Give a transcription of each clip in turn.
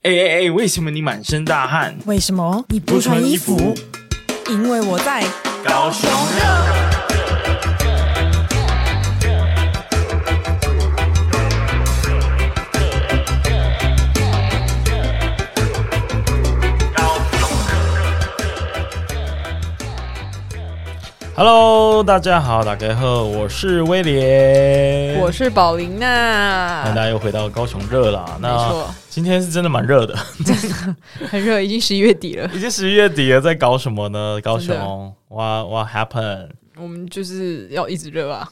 哎哎哎，为什么你满身大汗？为什么你不穿衣服？因为我在。高雄，Hello，大家好，大家好，我是威廉，我是宝琳那大娜，家又回到高雄热了。啊没那错，今天是真的蛮热的，很热，已经十一月底了。 已经十一月底了，在搞什么呢？高真雄的，What What happened？我们就是要一直热 啊，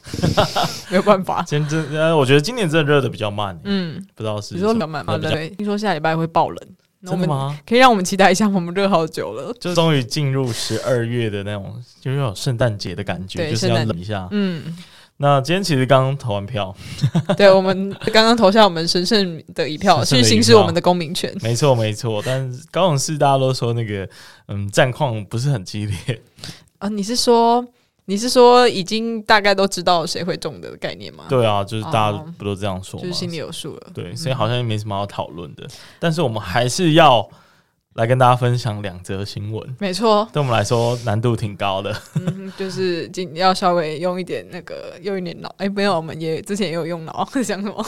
没有办法。今天真呃，我觉得今年真的热的比较慢，嗯，不知道是你说什么冷漫吗？比较对，听说下礼拜会爆冷，那我真的们吗？可以让我们期待一下，我们热好久了。就是终于进入十二月的那种，就是有圣诞节的感觉，对就是要圣诞冷一下。嗯，那今天其实刚刚投完票， 对，我们 刚刚投下我们神圣的一票，嗯神圣去的一行使票我们的公民权。没错没错，但是高雄市大家都说那个嗯战况不是很激 烈，啊，你是说你是说已经大概都知道谁会中的概念吗？，对啊，就是大家哦不都这样说就吗是？心里有嗯数了。对，所以好像也没什么好讨论的，但是我们还是要来跟大家分享两则新闻。没错，对我们来说难度挺高的， 嗯，就是今要稍微用一点那个，用一点脑。哎、没有，我们也之前也有用脑， 想什么？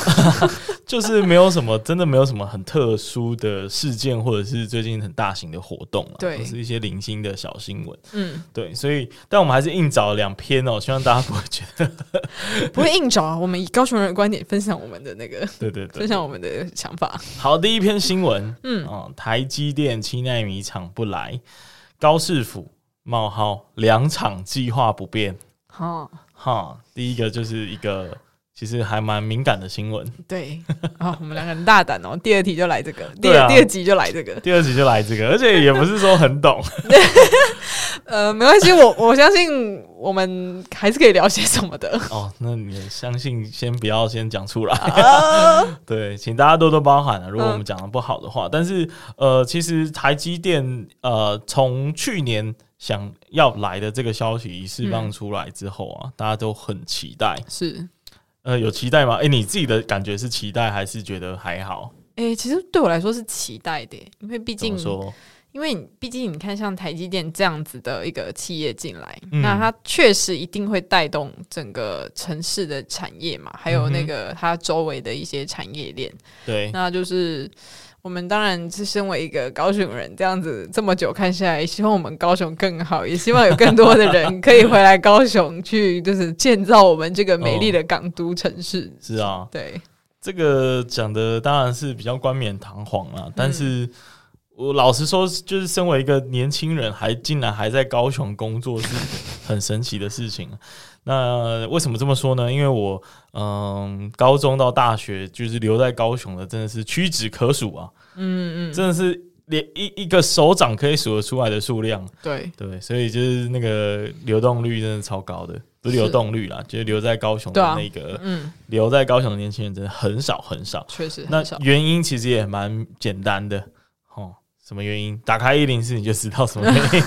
就是没有什么，真的没有什么很特殊的事件，或者是最近很大型的活动啊，对或是一些零星的小新闻。嗯，对，所以但我们还是硬找了两篇哦，希望大家不会觉得，不会硬找啊。我们以高雄人的观点分享我们的那个，对对 对分。享我们的想法。好，第一篇新闻，嗯， 嗯哦，台积电七奈米厂不来，高市府冒号两厂计划不变，哦，哈，第一个就是一个其实还蛮敏感的新闻，对，啊、我们两个很大胆哦。第二题就来 这个，第对二、啊第二集就来这个。第二集就来这个，而且也不是说很懂，呃，没关系，我我相信我们还是可以聊些什么的。 哦，那你也相信先不要先讲出来， 对，请大家多多包涵啊。如果我们讲的不好的话，但是呃，其实台积电呃，从去年想要来的这个消息一释放出来之后啊，大家都很期待。是，呃，有期待吗？诶，你自己的感觉是期待还是觉得还好？哎、其实对我来说是期待的耶，因为毕怎竟么说？因为你毕竟你看，像台积电这样子的一个企业进来，嗯那它确实一定会带动整个城市的产业嘛，还有嗯那个它周围的一些产业链。对，那就是我们当然是身为一个高雄人，这样子这么久看下来，也希望我们高雄更好，也希望有更多的人可以回来高雄去，就是建造我们这个美丽的港都城市。是啊，对，这个讲的当然是比较冠冕堂皇啦，但是。我老实说，就是身为一个年轻人，还竟然还在高雄工作，是很神奇的事情。啊 那为什么这么说呢？因为我嗯，高中到大学就是留在高雄的，真的是屈指可数啊，嗯嗯，真的是连一一个手掌可以数得出来的数量。对，对，所以就是那个流动率真的超高的，不是是流动率啦，就是留在高雄的对啊那个、嗯，留在高雄的年轻人真的很少很少。确实那很少。 原因其实也蛮简单的，哦，什么原因？打开一零四你就知道什么 原因。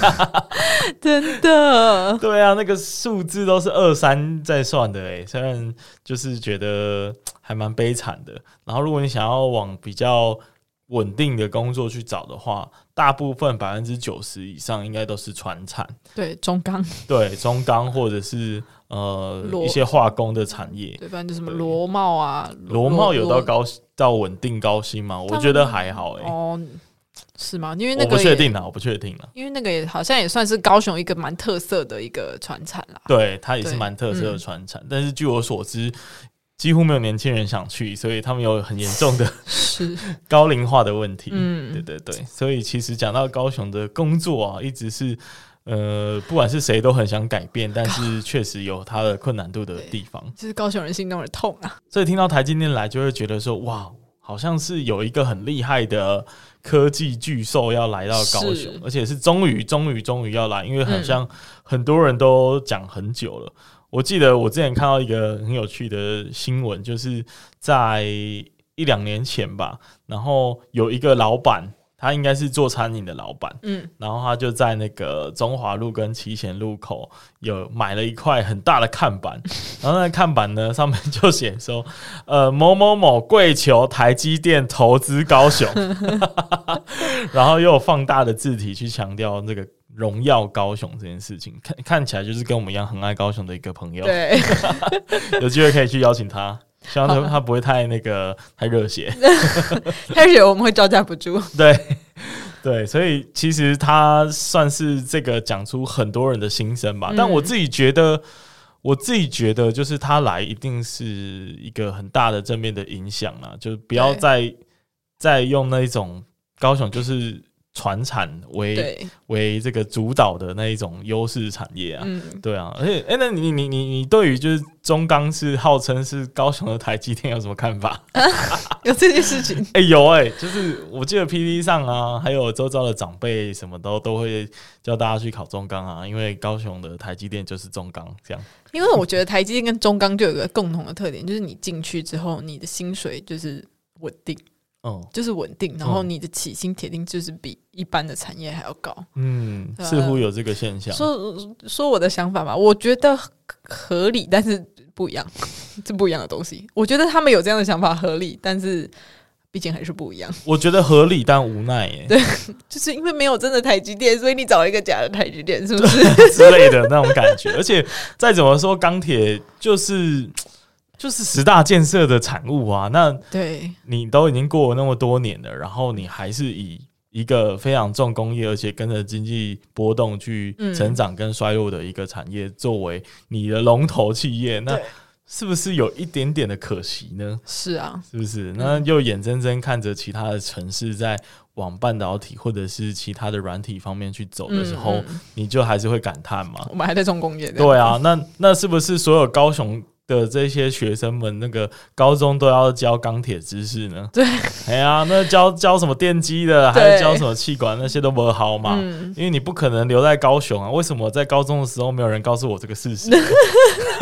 真的，对啊，那个数字都是二三在算的诶、虽然就是觉得嘖还蛮悲惨的。然后如果你想要往比较稳定的工作去找的话，大部分百分之九十以上应该都是传产，对，中钢。对中钢或者是呃螺一些化工的产业。对，不然就什么对螺帽啊，螺帽有到螺高到稳定高薪吗？他我们觉得还好诶、欸哦，是吗？因为那我个不确也，定啦，啊我不确定啦。因为那个也好像也算是高雄一个蛮特色的一个传产 啦。对，它也是对蛮特色的嗯传产，但是据我所知，几乎没有年轻人想去，所以他们有很严重的 是，高龄化的问题。对嗯，对对，所以其实讲到高雄的工作啊，一直是呃，不管是谁都很想改变，啊但是确实有它的困难度的地方。就是高雄人心中的痛啊。所以听到台积电来，就会觉得说，哇，好像是有一个很厉害的科技巨兽要来到高雄是，而且是终于、终于、终于要来，因为好嗯像很多人都讲很久了。我记得我之前看到一个很有趣的新闻，就是在一两年前吧，然后有一个老板，他应该是做餐饮的老板，嗯，然后他就在那个中华路跟七贤路口有买了一块很大的看板， 然后那个看板呢上面就写说， 呃某某某跪求台积电投资高雄， 然后又有放大的字体去强调这个荣耀高雄这件事情，看看起来就是跟我们一样很爱高雄的一个朋友，对，有机会可以去邀请他。希望他他不会太那个太热血，但是我们会招架不住。 对对，所以其实他算是这个讲出很多人的心声吧。嗯但我自己觉得，我自己觉得就是他来一定是一个很大的正面的影响啦，就是不要对再再用那一种高雄就是船产为 对，为这个主导的那一种优势产业啊。嗯，对啊，而且哎、那你你你你对于就是中钢是号称是高雄的台积电有什么看法？有这件事情， 哎、有哎、就是我记得 P D 上啊，还有周遭的长辈什么都都会叫大家去考中钢啊，因为高雄的台积电就是中钢这样。 因为我觉得台积电跟中钢就有一个共同的特点，就是你进去之后，你的薪水就是稳定，嗯就是稳定，然后嗯你的起薪铁定就是比一般的产业还要高。嗯，呃似乎有这个现啊象。说说我的想法吧，我觉得合理，但是不一样， 这不一样的东西。我觉得他们有这样的想法合理，但是毕竟还是不一样。我觉得合理但无奈耶、就是因为没有真的台积电，所以你找了一个假的台积电，是不是？之类的那种感觉。而且再怎么说，钢铁就是就是十大建设的产物啊。那对，你都已经过了那么多年了，然后你还是以一个非常重工业，而且跟着经济波动去成长跟衰落的一个产业、作为你的龙头企业，那对是不是有一点点的可惜呢？是啊，是不是？那又眼睁睁看着其他的城市在往半导体或者是其他的软体方面去走的时候，嗯嗯你就还是会感叹嘛？我们还在重工业的。对啊，那那是不是所有高雄的这些学生们，那个高中都要教钢铁知识呢？对，哎呀，那教教什么电机的，对还有教什么气管那些都不好嘛。嗯，因为你不可能留在高雄啊！为什么在高中的时候没有人告诉我这个 事实？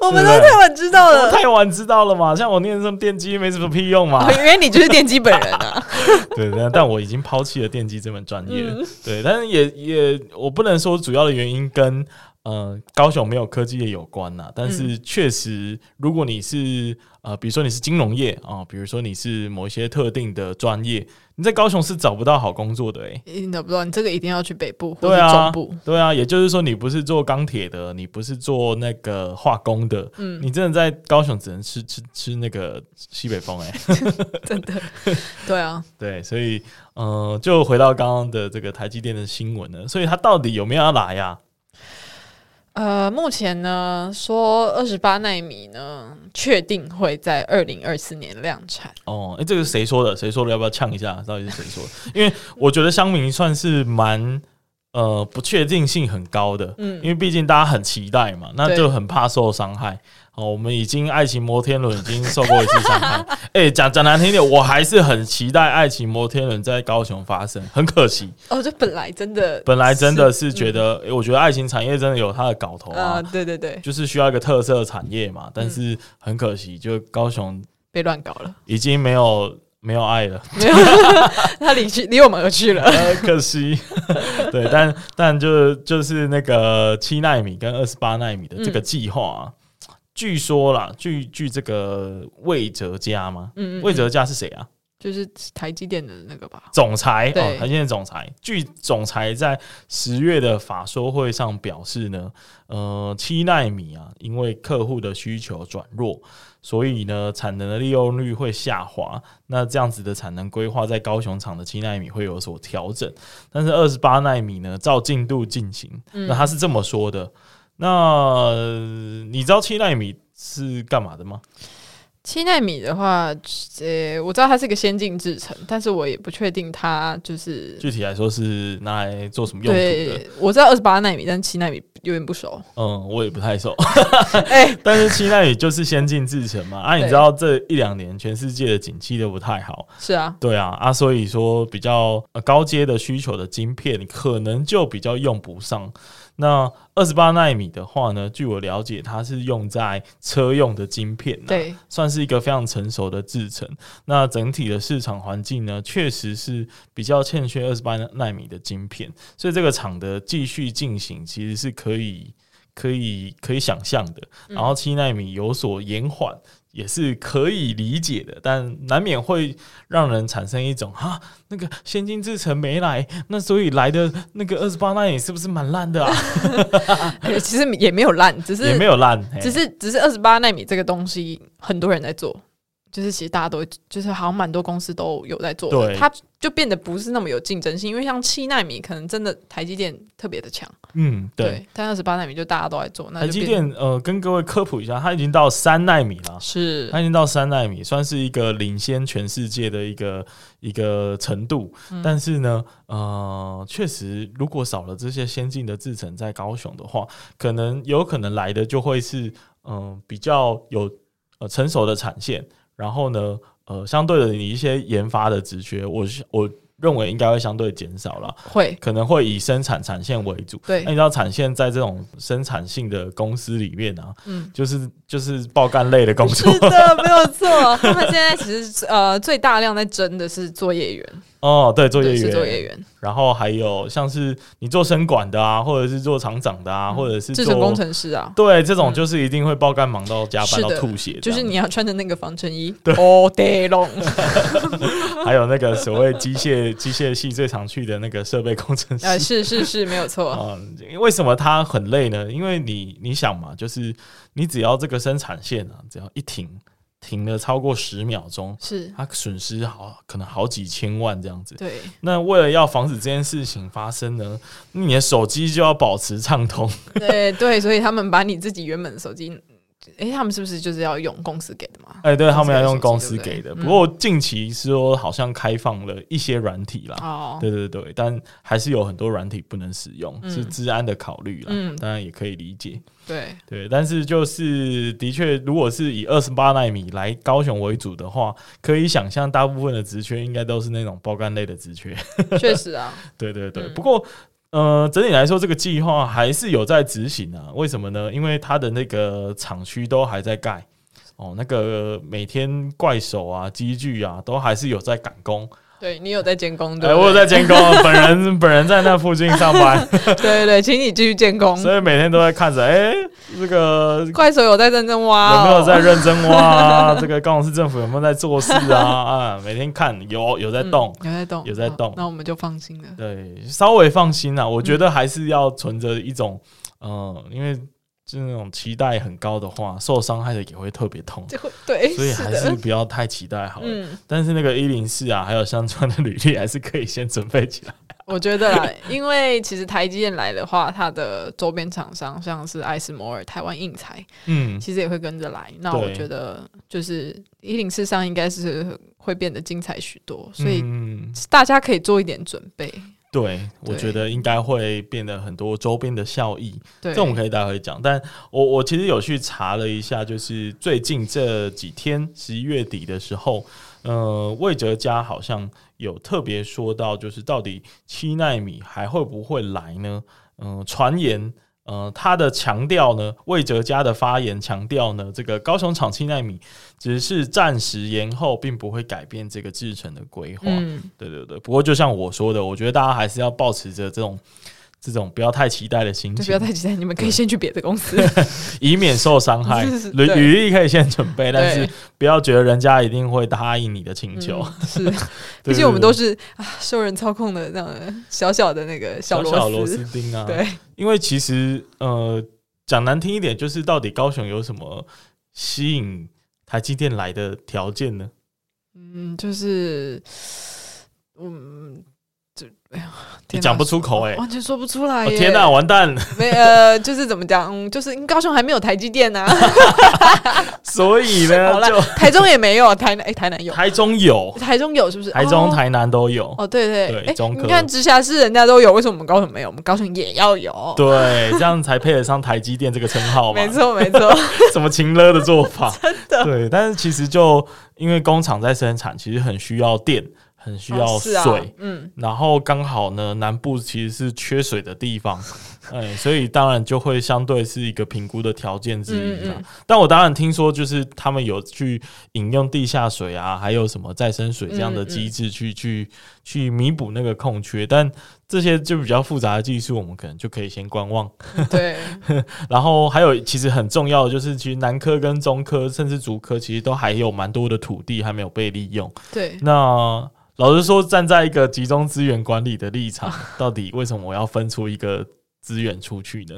我们都对太晚知道我了。太晚知道了嘛！像我念什么电机没什么屁用嘛 哦。因为你就是电机本人 啊，对，但但我已经抛弃了电机这门专业。 对，但是也也我不能说主要的原因跟呃高雄没有科技业有关呐、但是确实，如果你是呃，比如说你是金融业啊、比如说你是某一些特定的专业，你在高雄是找不到好工作的诶、你都不知道，你这个一定要去北部或对者啊 中部。，对啊，也就是说，你不是做钢铁的，你不是做那个化工的，你真的在高雄只能吃吃吃那个西北风诶、欸真的，对啊，对，所以呃，就回到刚刚的这个台积电的新闻呢，所以他到底有没有要来呀、呃，目前呢，说二十八纳米呢，确定会在二零二四年量产。哦，哎、这个是谁说的？谁说的？要不要呛一下？到底是谁说的？ 因为我觉得乡民算是蛮呃不确定性很高的，嗯因为毕竟大家很期待嘛，那对就很怕受伤害。哦，我们已经《爱情摩天轮》已经受过一次伤害。 哎、讲讲难听一点，我还是很期待《爱情摩天轮》在高雄发生，很可惜，哦，这本来真的，本来真的是嗯觉得，诶我觉得爱情产业真的有它的搞头啊啊、，对对对，就是需要一个特色产业嘛，但是很可惜，就高雄被乱搞了， 已经没有没有爱了， 没有，他离去离我们而去了。呃可惜。对，但但就是就是那个七纳米跟二十八纳米的嗯这个计划、啊，据说啦，据据这个魏哲家吗？嗯，嗯魏嗯哲家是谁啊？就是台积电的那个吧？总裁对哦，台积电总裁。据总裁在十月的法说会上表示呢，呃，七纳米啊，因为客户的需求转弱，所以呢，产能的利用率会下滑。那这样子的产能规划在高雄厂的七纳米会有所调整，但是二十八纳米呢，照进度进行。嗯那他是这么说的。那呃你知道七纳米是干嘛的吗？七纳米的话，呃，我知道它是一个先进制程，但是我也不确定它就是。具体来说是拿来做什么用途的？对，我知道二十八纳米，但七纳米有点 不熟。嗯，我也不太熟。哎、但是七纳米就是先进制程嘛，啊，你对知道这一两年全世界的景气都不太好，是啊，对啊，啊，所以说比较、呃、高阶的需求的晶片可能就比较用不上。那二十八纳米的话呢，据我了解，它是用在车用的晶片、啊，，对，算是一个非常成熟的制程。那整体的市场环境呢，确实是比较欠缺二十八纳米的晶片，所以这个厂的继续进行其实是可以、可以、可以想象的。嗯然后七纳米有所延缓。也是可以理解的，但难免会让人产生一种哈，那个先进制程没来，那所以来的那个二十八纳米是不是蛮烂的啊？ 呃 其实也没有烂，只也是没有哎烂，嘿只是只是二十八纳米这个东西，很多人在做，就是其实大家都就是好像蛮多公司都有在做的，对它就变得不是那么有竞争性，因为像七纳米可能真的台积电特别的强，嗯，对，对，但二十八纳米就大家都在做，那台就积变电呃，跟各位科普一下，它已经到三纳米了，是它已经到三纳米，算是一个领先全世界的一个一个程度。嗯但是呢，呃，确实，如果少了这些先进的制程在高雄的话，可能有可能来的就会是嗯、呃比较有呃成熟的产线，然后呢，呃，相对的你一些研发的职缺，我是呃我认为应该会相对减少了。会可能会以生产产线为主。对那你知道产线在这种生产性的公司里面啊，嗯就是就是爆干类的工是作的，没有错。他们现在其实呃最大量在争的是作业员，哦，对，作业对是员，作业员，然后还有像是你做生管的啊，或者是做厂长的啊，或者是嗯制成做工程师啊，对，这种就是一定会爆干忙到加班是到的吐血这样，就是你要穿着那个防 尘衣，all 哦 day long。还有那个所谓机械机械系最常去的那个设备工 程师呃，是是是，没有错， 嗯，为什么它很累呢？因为你你想嘛，就是你只要这个生产线啊，只要一停，停了超过十秒钟，是它损失好可能好几千万这样子。对，那为了要防止这件事情发生呢，你的手机就要保持畅通。 对对，所以他们把你自己原本的手机，诶，他们是不是就是要用公司给的嘛？哎、对他公司们要的手用机公对司不对给的。嗯不过近期说好像开放了一些软体啦。哦，对对对，但还是有很多软体不能使用，嗯是治安的考虑啦，嗯当然也可以理解。对，对，但是就是的确，如果是以二十八纳米来高雄为主的话，可以想象大部分的职缺应该都是那种包干类的职缺。确实啊， 对对对，嗯不过。呃，整体来说，这个计划还是有在执行啊。为什么呢？因为它的那个厂区都还在盖，哦，那个每天怪手啊、机具啊，都还是有在赶工。对你有在监工，哎、对不对，我有在监工，本人本人在那附近上班， 对对对，请你继续监工。所以每天都在看着，哎、这个快手有在认真挖、有哦，没有在认真挖、啊？这个高雄市政府有没有在做事啊？啊，每天看有有在动，嗯有在动，有在动好那我们就放心 了。对，稍微放心嗯啦、我觉得还是要存着一种，嗯、因为就那种期待很高的话，受伤害的也会特别痛，这 会对，所以是还的是不要太期待好了。嗯，但是那个一零四啊，还有相关的履历，还是可以先准备起来。我觉得啦，因为其实台积电来的话，它的周边厂商像是艾斯摩尔、台湾印材，嗯，其实也会跟着来。那对我觉得就是一零四上应该是会变得精彩许多， 所以嗯、大家可以做一点准备。对，我觉得应该会变得很多周边的效益。对，这我们可以待会讲。但我我其实有去查了一下，就是最近这几天十一月底的时候，呃，魏哲家好像有特别说到，就是到底七纳米还会不会来呢？嗯、传言。呃，他的强调呢，魏哲家的发言强调呢，这个高雄厂七纳米只是暂时延后，并不会改变这个制程的规划。嗯，对对对，不过就像我说的，我觉得大家还是要保持着这种这种不要太期待的心就情，不要太期待，你们可以先去别的 公司。以免受伤 害。是是履对履历可以先准备，但是对不要觉得人家一定会答应你的请求。 嗯是，对毕竟我们对都是啊受人操控的那种小小的那个小螺小螺丝钉啊。对，因为其实呃，讲难听一点，就是到底高雄有什么吸引台积电来的条件呢？嗯，就是，嗯，就哎呀，你天哪哦哎讲不出口哎、完全说不出来哦耶！天哪、完蛋！ 没呃，就是怎么讲，嗯就是高雄还没有台积电呐、啊， 所以好呢，啦就台中也没有，台南哎、台南有，台中有，台中有是不是？台中、哦台南都有。哦，对对对，哎、中科你看直辖市人家都有，为什么我们高雄没有？我们高雄也要有，对，啊这样才配得上台积电这个称号嘛 没。错没错， 什么情勒的做法，真的。对，但是其实就因为工厂在生产，其实很需要电，很 需要哦是水。啊嗯，然后刚好呢，南部其实是缺水的地方， 哎，所以当然就会相对是一个评估的条件之一啦。嗯嗯但我当然听说，就是他们有去引用地下水啊，还有什么再生水这样嗯的机制去、去去弥补那个空缺，但这些就比较复杂的技术，我们可能就可以先观望。对，然后还有其实很重要的就是，其实南科跟中科甚至竹科，其实都还有蛮多的土地还没有被利用。对，那老实说，站在一个集中资源管理的立场，到底为什么我要分出一个资源出去呢？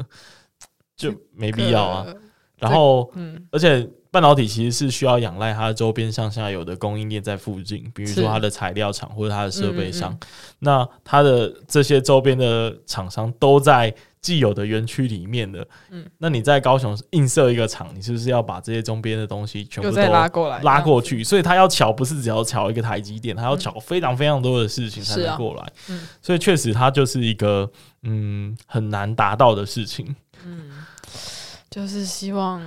就 没必要啊。呃。然后，嗯，而且半导体其实是需要仰赖它周边上下游的供应链在附近，比如是说它的材料厂或者它的设备商。嗯那它的这些周边的厂商都在既有的园区里面的。嗯那你在高雄映射一个厂，你是不是要把这些周边的东西全部又都再拉过来，拉过去，所以他要巧不是只要巧一个台积电，他要巧非常非常多的事情才嗯是能啊过来。嗯所以确实，它就是一个嗯很难达到的事情。这样嗯子，就是希望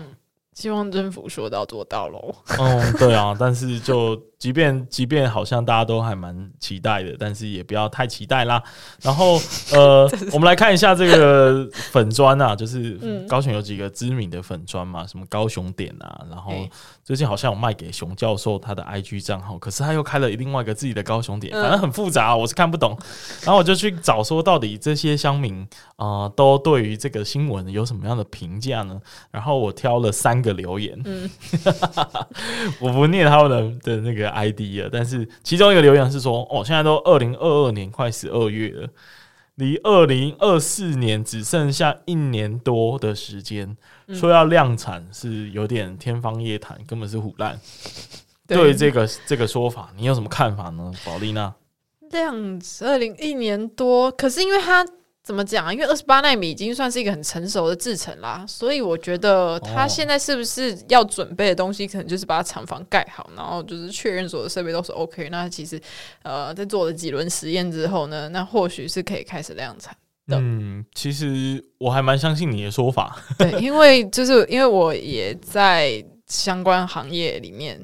希望政府说到做到喽。嗯，对啊，但是就即便即便好像大家都还蛮期待的，但是也不要太期待啦。然后呃，我们来看一下这个粉砖啊，就是嗯高雄有几个知名的粉砖嘛，什么高雄点啊，然后哎最近好像有卖给熊教授他的 IG 账号，可是他又开了另外一个自己的高雄点，嗯反正很复杂啊、我是看不懂。然后我就去找说到底这些乡民啊、呃都对于这个新闻有什么样的评价呢？然后我挑了三个留言，嗯， 我不念他们的的那个 ID 了，但是其中一个留言是说，哦，现在都二零二二年快十二月了，离二零二四年只剩下一年多的时间，嗯说要量产是有点天方夜谭，根本是胡乱。对于这个这个说法，你有什么看法呢，宝丽娜？量子二零一年多，可是因为它怎么讲啊？因为二十八纳米已经算是一个很成熟的制程啦，所以我觉得它哦现在是不是要准备的东西，可能就是把厂房盖好，然后就是确认所有设备都是 OK。那其实呃，在做了几轮实验之后呢，那或许是可以开始量产。的嗯，其实我还蛮相信你的说法。对，因为就是因为我也在相关行业里面，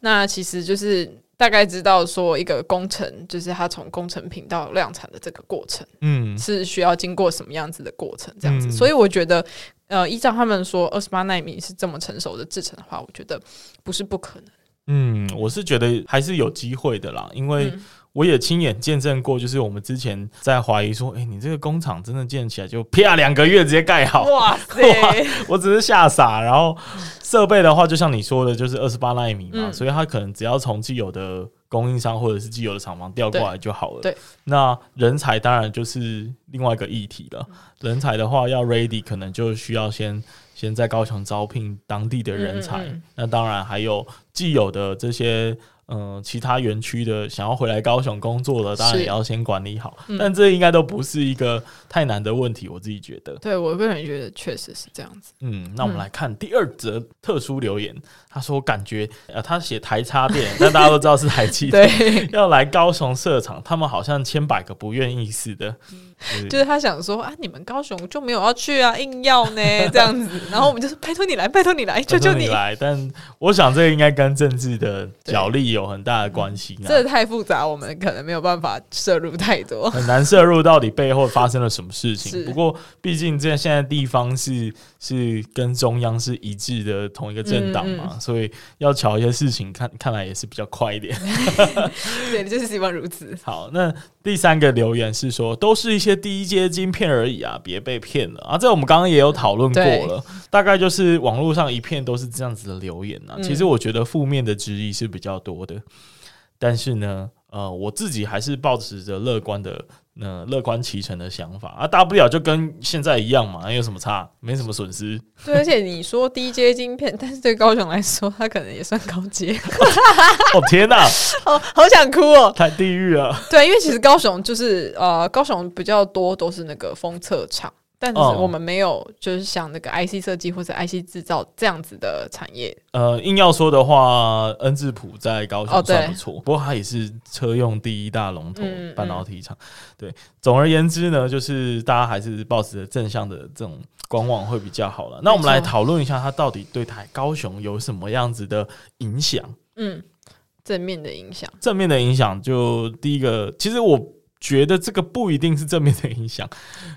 那其实就是大概知道说一个工程，就是它从工程品到量产的这个过程。嗯是需要经过什么样子的过程，这样子。嗯所以我觉得，呃，依照他们说二十八纳米是这么成熟的制程的话，我觉得不是不可能。嗯，我是觉得还是有机会的啦，因为嗯我也亲眼见证过，就是我们之前在怀疑说，哎、你这个工厂真的建起来就啪两个月直接盖好，哇塞，我只是吓傻。然后设备的话，就像你说的，就是二十八纳米嘛，嗯所以它可能只要从既有的供应商或者是既有的厂房调过来就好了。对对那人才当然就是另外一个议题嗯了。人才的话，要 ready，可能就需要先先在高雄招聘当地的人才。嗯嗯嗯那当然还有既有的这些。嗯，其他园区的想要回来高雄工作的，当然是也要先管理好。嗯但这应该都不是一个太难的问题，我自己觉得。 对我个人觉得确实是这样 子。嗯，那我们来看第二则特殊留言。他说：“感觉呃，他写台插电，但大家都知道是台 积电，对，要来高雄设厂，他们好像千百个不愿意似 的。就就是他想说啊，你们高雄就没有要去啊，硬要呢 这样子。然后我们就是拜托你来，拜托你来，求拜求托你来，但我想这个应该跟政治的角力有很大的关系啊啦，嗯这太复杂，我们可能没有办法摄入太多。很难摄入到底背后发生了什么事情。是不过，毕竟这现在地方是是跟中央是一致的同一个政党嗯嘛，所以要瞧一些事情，看看来也是比较快一点。” 对，就是希望如此。好，那第三个留言是说，都是一些低阶晶片而已啊，别被骗了啊！这我们刚刚也有讨论过了，大概就是网络上一片都是这样子的留言啊。嗯其实我觉得负面的质疑是比较多的，但是呢，呃，我自己还是保持着乐观的。呃乐观其成的想法啊，大不了就跟现在一样嘛，有什么差？没什么损失。对，而且你说低阶晶片，但是对高雄来说，它可能也算高阶。 哦天哪、好好想哭哦。太地狱了！ 对，因为其实高雄就是呃，高雄比较多都是那个封测厂，但是哦我们没有就是像那个 IC 设计或者 IC 制造这样子的产业。呃，硬要说的话，恩智浦在高哦雄对算不错，不过它也是车用第一大龙头嗯嗯半导体厂。对，总而言之呢，就是大家还是抱持着正向的这种观望会比较好了。那我们来讨论一下，它到底对台高雄有什么样子的影响？嗯，正面的影响。正面的影响，就第一个，其实我觉得这个不一定是正面的影响，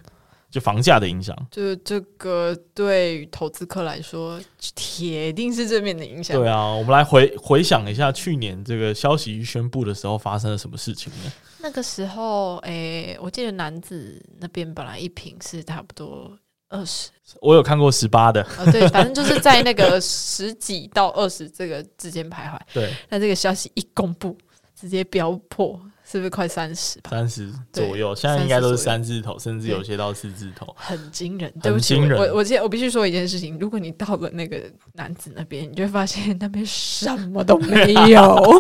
就房价的影响。就是这个对于投资客来说，铁定是正面的影响。对啊，我们来回回想一下去年这个消息一宣布的时候发生了什么事情呢？那个时候，诶、我记得男子那边本来一瓶是差不多二十，我有看过十八的，呃，对，反正就是在那个十几到二十这个之间徘徊。对，那这个消息一公布，直接飙破，是不是快三十吧？三十对左右，现在应该都是30左三字头，甚至有些到四字头。很惊人，对不起，惊人我我我记得我必须说一件事情，如果你到了那个男子那边，你就会发现那边什么都没 有。，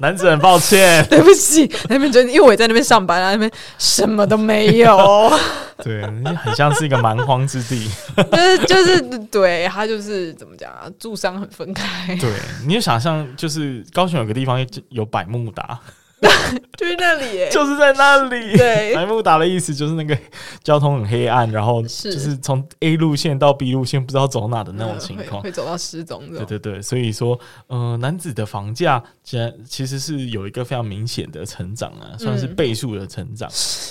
男子很抱歉对不起，那边真的，因为我也在那边上班啊，那边什么都没有， 对， 很像是一个蛮荒之地。就是就是对他就是怎么讲啊，住商很分开，对，你就想象，就是高雄有个地方有百慕达，就是那里耶、就是在那里。 对百慕达的意思就是那个交通很黑暗，然后是就是从 A 路线到 B 路线不知道走哪的那种呃情会况。会走到失踪对这种。对对，所以说，呃，男子的房价竟然其实是有一个非常明显的成长啊，算是嗯倍数的成长。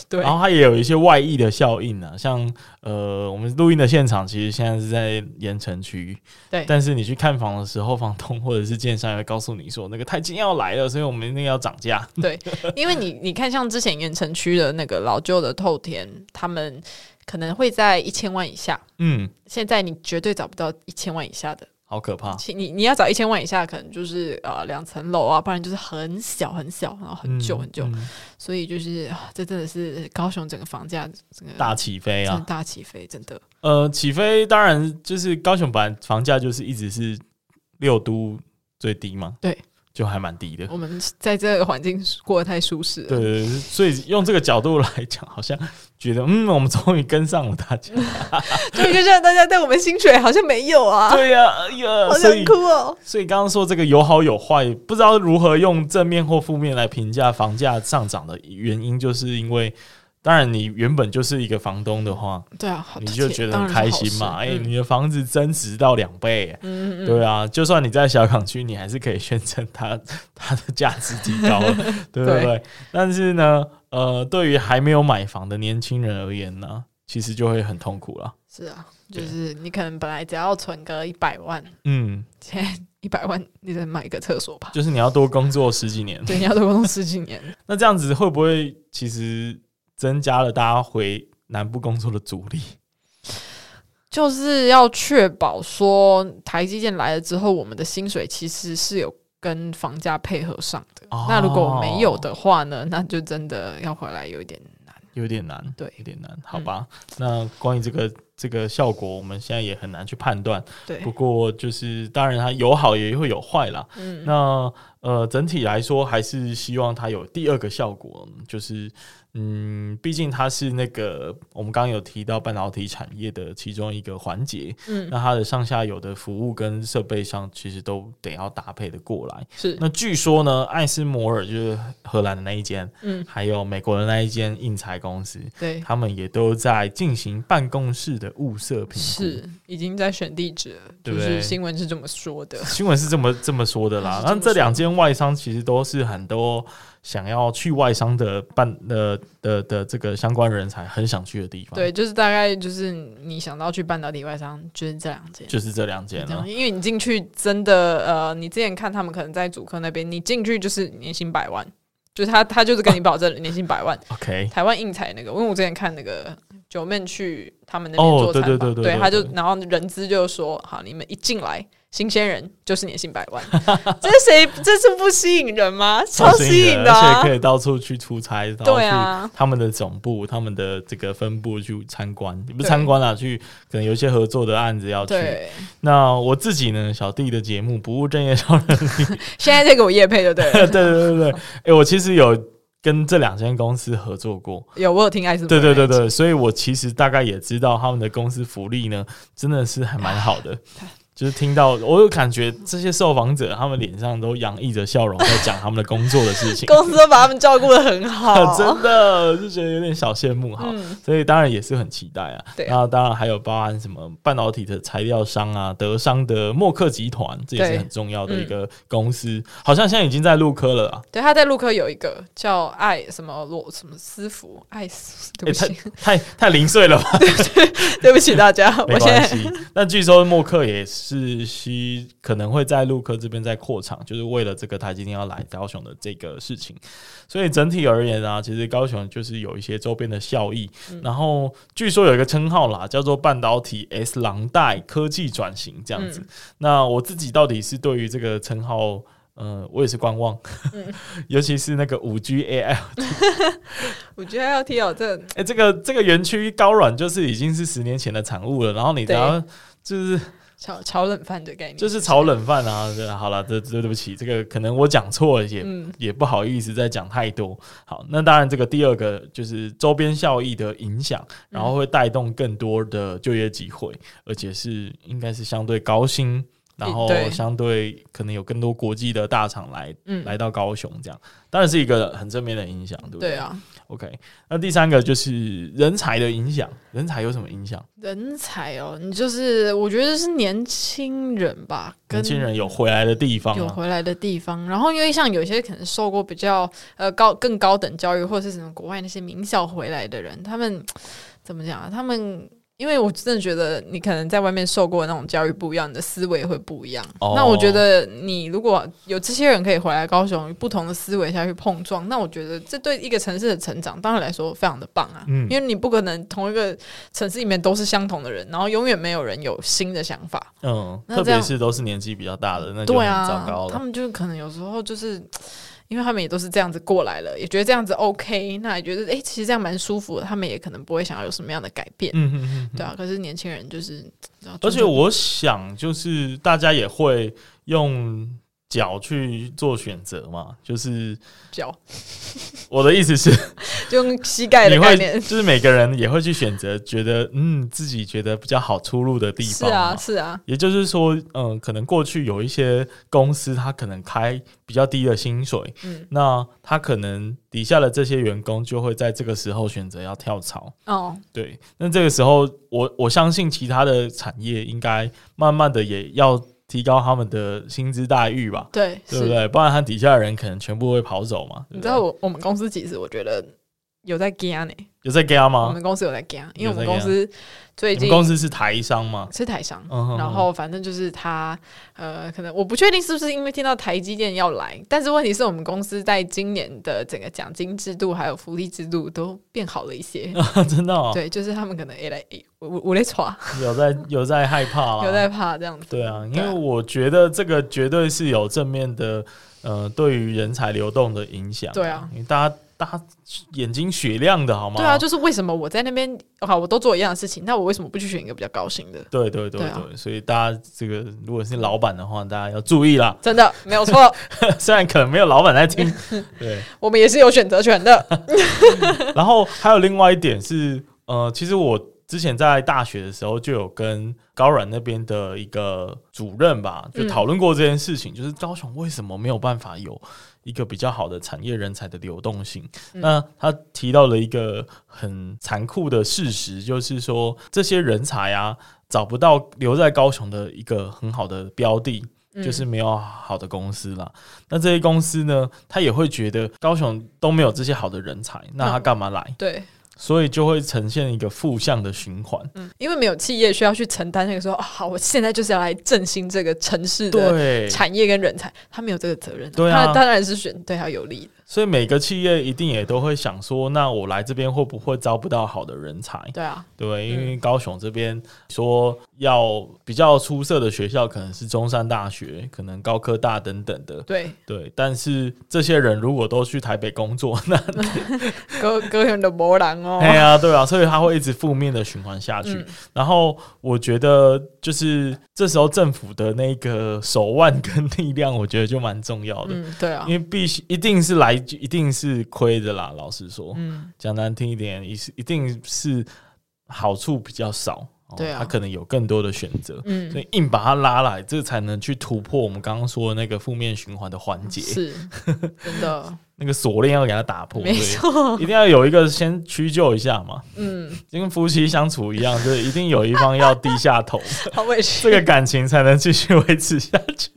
对然后它也有一些外溢的效应啊，像呃，我们录音的现场其实现在是在盐城区，对但是你去看房的时候，房东 或者是建商也会告诉你说，那个太金要来了，所以我们那个要涨价。对，因为你你看，像之前盐城区的那个老旧的透天，他们可能会在一千万以下，嗯，现在你绝对找不到一千万以下的。好可怕。其你你要找一千万以下，可能就是呃两层楼啊，不然就是很小很小，然后很旧嗯很旧。嗯所以就是、啊这真的是高雄整个房价整个大起飞真的啊！大起飞，真的呃，起飞当然就是高雄版房价就是一直是六都最低嘛，对，哦就还蛮低的。我们在这个环境过得太舒适了。对对，对所以用这个角度来讲，好像觉得嗯，我们终于跟上了大 家。对，就像大家对我们薪水好像没有啊，对呀、哎呀，好所想以哭哦。所以刚刚说这个有好有坏，不知道如何用正面或负面来评价房价上涨的原因，就是因为，当然你原本就是一个房东的话，对啊，好你就觉得很开心嘛，哎、嗯你的房子增值到两倍、嗯嗯嗯，对啊，就算你在小港区，你还是可以宣称它它的价值提高 了，对不对？但是呢，呃，对于还没有买房的年轻人而言呢，其实就会很痛苦了。是啊，对就是你可能本来只要存个一百万， 嗯，现在一百万你得买一个厕所吧？ 就是你要多工作十几年，对，你要多工作十几年， 那这样子会不会其实增加了大家回南部工作的阻力？就是要确保说台积电来了之后，我们的薪水其实是有跟房价配合上的。哦那如果没有的话呢，那就真的要回来有一点难。有点难，对有点难，好吧。嗯那关于这个这个效果，我们现在也很难去判断。对不，过就是，当然它有好也会有坏啦。嗯，那呃，整体来说还是希望它有第二个效果，就是嗯，毕竟它是那个我们刚刚有提到半导体产业的其中一个环节，嗯那它的上下游的服务跟设备上其实都得要搭配的过来。是，那据说呢，艾斯摩尔就是荷兰的那一间，嗯，还有美国的那一间印材公司，对，他们也都在进行办公室的物色评估。是已经在选地址了，对就不对是新闻是这么说的。新闻是这么这么说的啦是。这么那说这两间外商其实都是很多想要去外商的办呃的的的这个相关人才很想去的地方。对，，就是大概就是你想到去半导体外商，就是这两件。就是这两间这了样，。因为你进去真的，呃，你之前看他们可能在主科那边，你进去就是年薪百万，就是他他就是跟你保证年薪百万。 OK，台湾应采那个，因为我之前看那个九妹去他们那边哦做采访，对对对对对他就对然后人资就说，好，你们一进来。新鲜人就是年薪百 万，这是谁？这是不吸引人吗？超吸引的、而啊且，可以到处去出差，到对啊去他们的总部、他们的这个分部去参观，也不是对参观啦，去可能有一些合作的案子要去。对。那我自己呢，小弟的节目《不务正业超人》 现在在给我业配，对不对 对？对对对，哎、我其实有跟这两间公司合作过，有我有听艾斯，对对对， 对，所以我其实大概也知道他们的公司福利呢，真的是还蛮好的。就是听到我有感觉，这些受访者他们脸上都洋溢着笑容，在讲他们的工作的事情。 公司都把他们照顾的很好，真的就觉得有点小羡慕哈，嗯所以当然也是很期待啊。对啊那当然还有包含什么半导体的材料商啊，德商的默克集团，这也对嗯是很重要的一个公司，好像现在已经在入科了啊。对，他在陆科有一个叫爱什么罗什么私服爱私，对不诶起，太太太零碎了吧？ 对不起大家，没我现关在系。那据说默克也是需可能会在陆科这边再扩厂，就是为了这个台积电要来高雄的这个事情。所以整体而言啊，其实高雄就是有一些周边的效益。嗯然后据说有一个称号啦，叫做半导体 S 廊带科技转型这嗯样子。那我自己到底是对于这个称号？呃，我也是观望，嗯 尤其是那个五 G AI 我觉得 L T L 这哎、这个这个园区高软就是已经是十年前的产物了，然后你只要就是炒炒冷饭的概念，就是炒冷饭啊，对，好了，这这对不起，这个可能我讲错了，也、嗯也不好意思再讲太多。好，那当然这个第二个就是周边效益的影响，然后会带动更多的就业机会，而且是应该是相对高薪。然后嗯对相对可能有更多国际的大厂来、嗯来到高雄，这样当然是一个很正面的影响，对不对啊， OK，那第三个就是人才的影响，人才有什么影响？人才哦，你就是我觉得是年轻人吧，跟年轻人有回来的地方啊有吗？回来的地方。然后因为像有些可能受过比较呃高更高等教育，或者是什么国外那些名校回来的人，他们怎么讲啊？他们因为我真的觉得你可能在外面受过那种教育不一样，你的思维会不一样。哦那我觉得你如果有这些人可以回来高雄，不同的思维下去碰撞，那我觉得这对一个城市的成长当然来说非常的棒啊。嗯因为你不可能同一个城市里面都是相同的人，然后永远没有人有新的想法。嗯，那特这样别是都是年纪比较大的，那就对很啊，糟糕他了。们就可能有时候就是，因为他们也都是这样子过来了，也觉得这样子 OK，那也觉得诶，其实这样蛮舒服的，他们也可能不会想要有什么样的改变，嗯嗯嗯。对啊。可是年轻人就是，你知道而且我想，就是大家也会用脚去做选择嘛，就是脚我的意思是， 就用膝盖你的概会念，就是每个人也会去选择，觉得嗯自己觉得比较好出路的地是方嘛。啊是啊，也就是说，嗯，可能过去有一些公司，它可能开比较低的薪水，嗯那它可能底下的这些员工就会在这个时候选择要跳槽。哦，对，那这个时候我我相信其他的产业应该慢慢的也要提高他们的薪资待遇吧，对，对不是。对？不然他底下的人可能全部会跑走嘛。对你不知对道我我们公司其实我觉得有在干呢、有在 gap 我吗？们公司有在干，因为我们啊有在啊公司最你们近公司是台商吗？ 是台商，嗯哼然后反正就是他，呃，可能我不确定是不是因为听到台积电要来，但是问题是我们公司在今年的整个奖金制度还有福利制度都变好了一些。真的、哦，对，就是他们可能也来，诶我我我来耍，有在有在害怕啦，有在怕这样子。对啊，因为我觉得这个绝对是有正面的，呃，对于人才流动的影响。对啊，因为大家大家眼睛雪亮的好吗？对啊，就是为什么我在那边，好，我都做一样的事情，那我为什么不去选一个比较高薪的？对对对对啊对，所以大家这个如果是老板的话，大家要注意啦。真的没有 错，虽然可能没有老板在听， 对。我们也是有选择权 的。然后还有另外一点是，呃，其实我之前在大学的时候就有跟高软那边的一个主任吧，就讨论过这件事情，就是高雄为什么没有办法有一个比较好的产业人才的流动性？那他提到了一个很残酷的事实，就是说这些人才啊，找不到留在高雄的一个很好的标的。嗯就是没有好的公司啦，那这些公司呢，他也会觉得高雄都没有这些好的人才，那他干嘛来？对，所以就会呈现一个负向的循环。嗯因为没有企业需要去承担那个说，啊，好，我现在就是要来振兴这个城市的对，产业跟人才，他没有这个责任、啊，对啊他当然是选对他有利的，所以每个企业一定也都会想说，那我来这边会不会招不到好的人才？对啊，对不对，因为高雄这边说要比较出色的学校，可能是中山大学，可能高科大等等的。对，对，但是这些人如果都去台北工作， 那高高雄的魔狼哦，哎呀，对啊，所以它会一直负面的循环下去。嗯然后我觉得，就是这时候政府的那个手腕跟力量，我觉得就蛮重要的。嗯，对啊因，为必须一定是来一定是亏的啦。老实说，嗯，讲难听一点，一是一定是好处比较少。哦对啊他可能有更多的选择，嗯所以硬把它拉来，这才能去突破我们刚刚说的那个负面循环的环节，是真 的，那个锁链要给它打破，没对错，一定要有一个先屈就一下嘛，嗯，就跟夫妻相处一样，就是一定有一方要低下 头，好委屈。这个感情才能继续维持下去。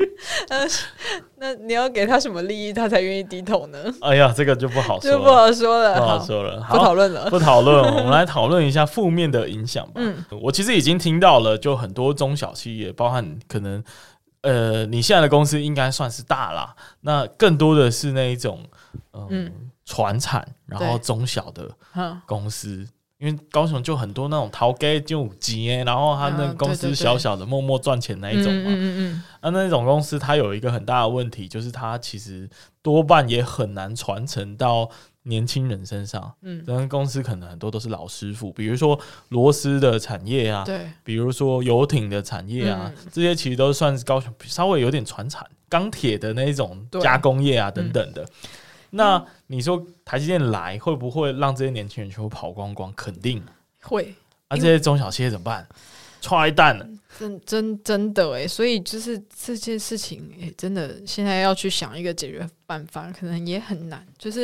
那你要给他什么利益，他才愿意低头呢？哎呀，这个就不好说就不了，好说了，不好好说了，不讨好。论了。不讨论，我们来讨论一下负面的影响吧。嗯我其实已经听到了，就很多中小企业，包含可能呃，你现在的公司应该算是大啦，那更多的是那一种、呃、嗯嗯传产，然后对中小的嗯，公司，因为高雄就很多那种逃给就急耶，然后他那个嗯公对司对对小小的默默赚钱那一种啊嗯嘛。嗯嗯那、那种公司它有一个很大的问题，就是它其实多半也很难传承到年轻人身上。嗯这间公司可能很多都是老师傅，比如说螺丝的产业啊嗯，，对，比如说游艇的产业啊，嗯这些其实都算是高雄稍微有点传产，钢铁的那一种对嗯加工业啊等等的。那你说台积电来会不会让这些年轻人全部跑光光？肯定。会。啊，这因些中小企业怎么办？踹蛋了，真真真的哎，所以就是这件事情哎，诶真的现在要去想一个解决办法，可能也很难，就是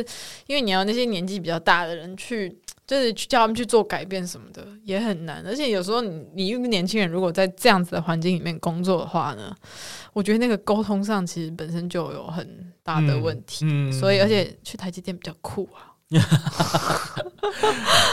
因为你要那些年纪比较大的人去，就是去叫他们去做改变什么的也很难，而且有时候你你一个年轻人如果在这样子的环境里面工作的话呢，我觉得那个沟通上其实本身就有很大的问题，嗯所以而，且去台积电比较酷啊，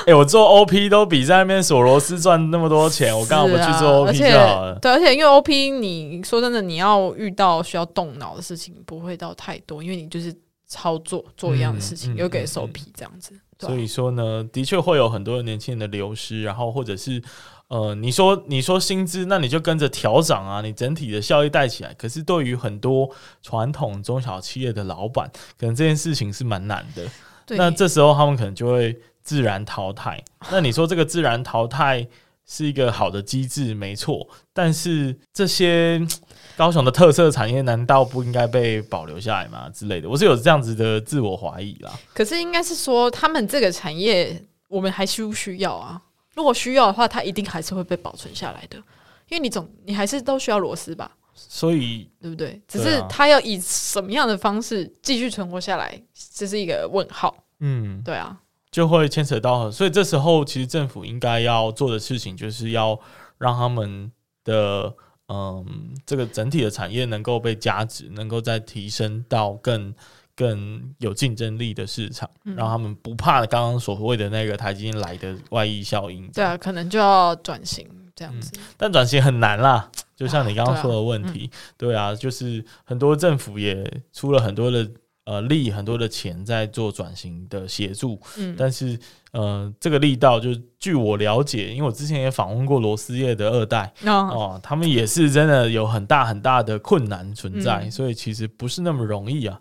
哎、我做 OP 都比在那边锁螺丝赚那么多钱，我刚好我去做 OP 是啊就好了而且。对，而且因为 OP，你说真的，你要遇到需要动脑的事情不会到太多，因为你就是操作做一样的嗯事情，嗯有给嗯手皮这样子。对啊所以说呢，的确会有很多年轻人的流失，然后或者是呃，你说你说薪资，那你就跟着调涨啊，你整体的效益带起来。可是对于很多传统中小企业的老板，可能这件事情是蛮难的。对，那这时候他们可能就会自然淘汰。那你说这个自然淘汰是一个好的机制，没错，但是这些嗯高雄的特色产业难道不应该被保留下来吗？之类的，我是有这样子的自我怀疑啦。可是应该是说，他们这个产业，我们还需不需要啊？如果需要的话，它一定还是会被保存下来的，因为你总你还是都需要螺丝吧，所以对不对？只对是啊它要以什么样的方式继续存活下来，这是一个问号。嗯，对啊，就会牵扯到很，所以这时候其实政府应该要做的事情，就是要让他们的嗯这个整体的产业能够被加值，能够再提升到更更有竞争力的市场，嗯让他们不怕刚刚所谓的那个台积电来的外溢效应。对啊，可能就要转型这嗯样子。但转型很难啦，就像你刚刚对啊说的问题，对啊，就是很多政府也出了很多的呃力，很多的钱在做转型的协助，嗯但是呃，这个力道就是据我了解，因为我之前也访问过螺丝业的二代那哦，他们也是真的有很大很大的困难存在，嗯哎所以其实不是那么容易啊。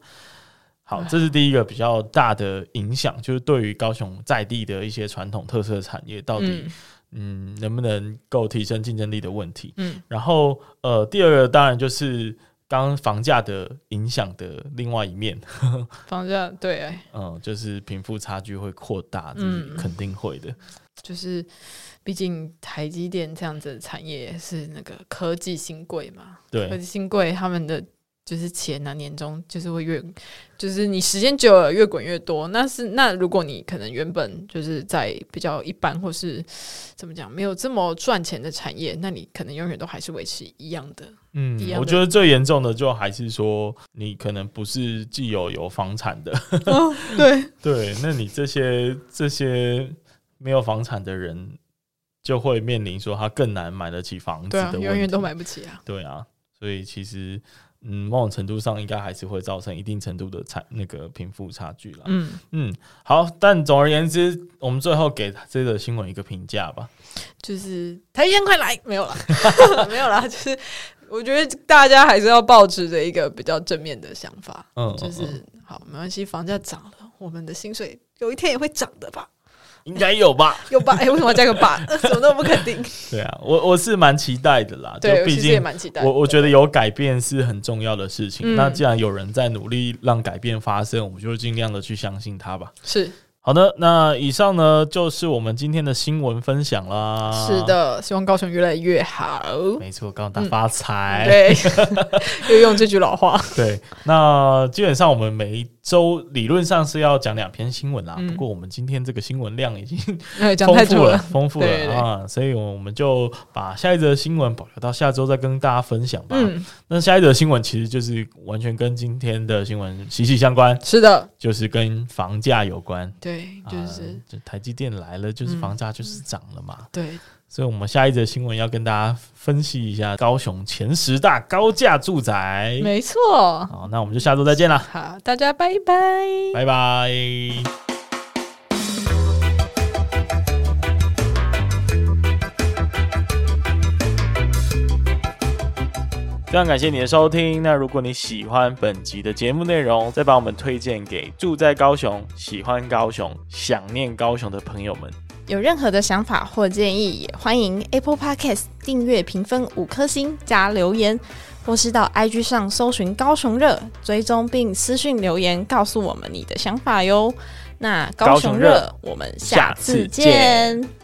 好，这是第一个比较大的影响，就是对于高雄在地的一些传统特色产业到底、嗯嗯，能不能够提升竞争力的问题。嗯然后呃，第二个当然就是刚刚房价的影响的另外一面，房价对、哎嗯、就是贫富差距会扩大，这嗯是肯定会的。就是毕竟台积电这样子的产业是那个科技新贵嘛，科对，技新贵他们的就是钱啊，年终就是会越，就是你时间久了越滚越多。那是那如果你可能原本就是在比较一般或是怎么讲没有这么赚钱的产业，那你可能永远都还是维持一样 的。嗯一，样的我觉得最严重的就还是说，你可能不是既有有房产的， 哦，对，对，那你这些这些没有房产的人，就会面临说他更难买得起房子对的啊问，题，永远都买不起啊。对啊，所以其实嗯，某种程度上应该还是会造成一定程度的差那个贫富差距啦。嗯。嗯好，但总而言之，我们最后给这个新闻一个评价吧。就是台烟快来，没有了，没有啦， 就是我觉得大家还是要保持着一个比较正面的想法，嗯，嗯就嗯是好，没关系，房价涨了，我们的薪水有一天也会涨的吧？应该有吧？ 有吧？哎、为什么要加个吧？ 什么都不肯 定，对啊，我我是蛮期待的啦。对，就我毕其实也竟蛮期待的。我我觉得有改变是很重要的事情。嗯那既然有人在努力让改变发生，我们就尽量的去相信它吧。是好的，那以上呢就是我们今天的新闻分享啦。是，的，希望高雄越来越好。没错，告诉大家发财。对， 又用这句老话。对，那基本上我们每一周理论上是要讲两篇新闻啦。嗯不过我们今天这个新闻量已经哎，讲太丰富久了，了。丰富了对对啊，所以我们就把下一则新闻保留到下周再跟大家分享吧。嗯，那下一则新闻其实就是完全跟今天的新闻息息相关，是的，就是跟房价有关。对，啊就是、就台积电来了，就是嗯房价就是涨了嘛。对，所以，我们下一则新闻要跟大家分析一下高雄前十大高价住宅。没错。好，那我们就下周再见啦，好，大家拜拜。拜拜。非常感谢你的收听。那如果你喜欢本集的节目内容，再把我们推荐给住在高雄、喜欢高雄、想念高雄的朋友们。有任何的想法或建议，也欢迎 Apple Podcast 订阅、评分五颗星加留言，或是到 IG 上搜寻“高雄热”，追踪并私讯留言告诉我们你的想法哟。那高高雄雄热热，我们下下次次见见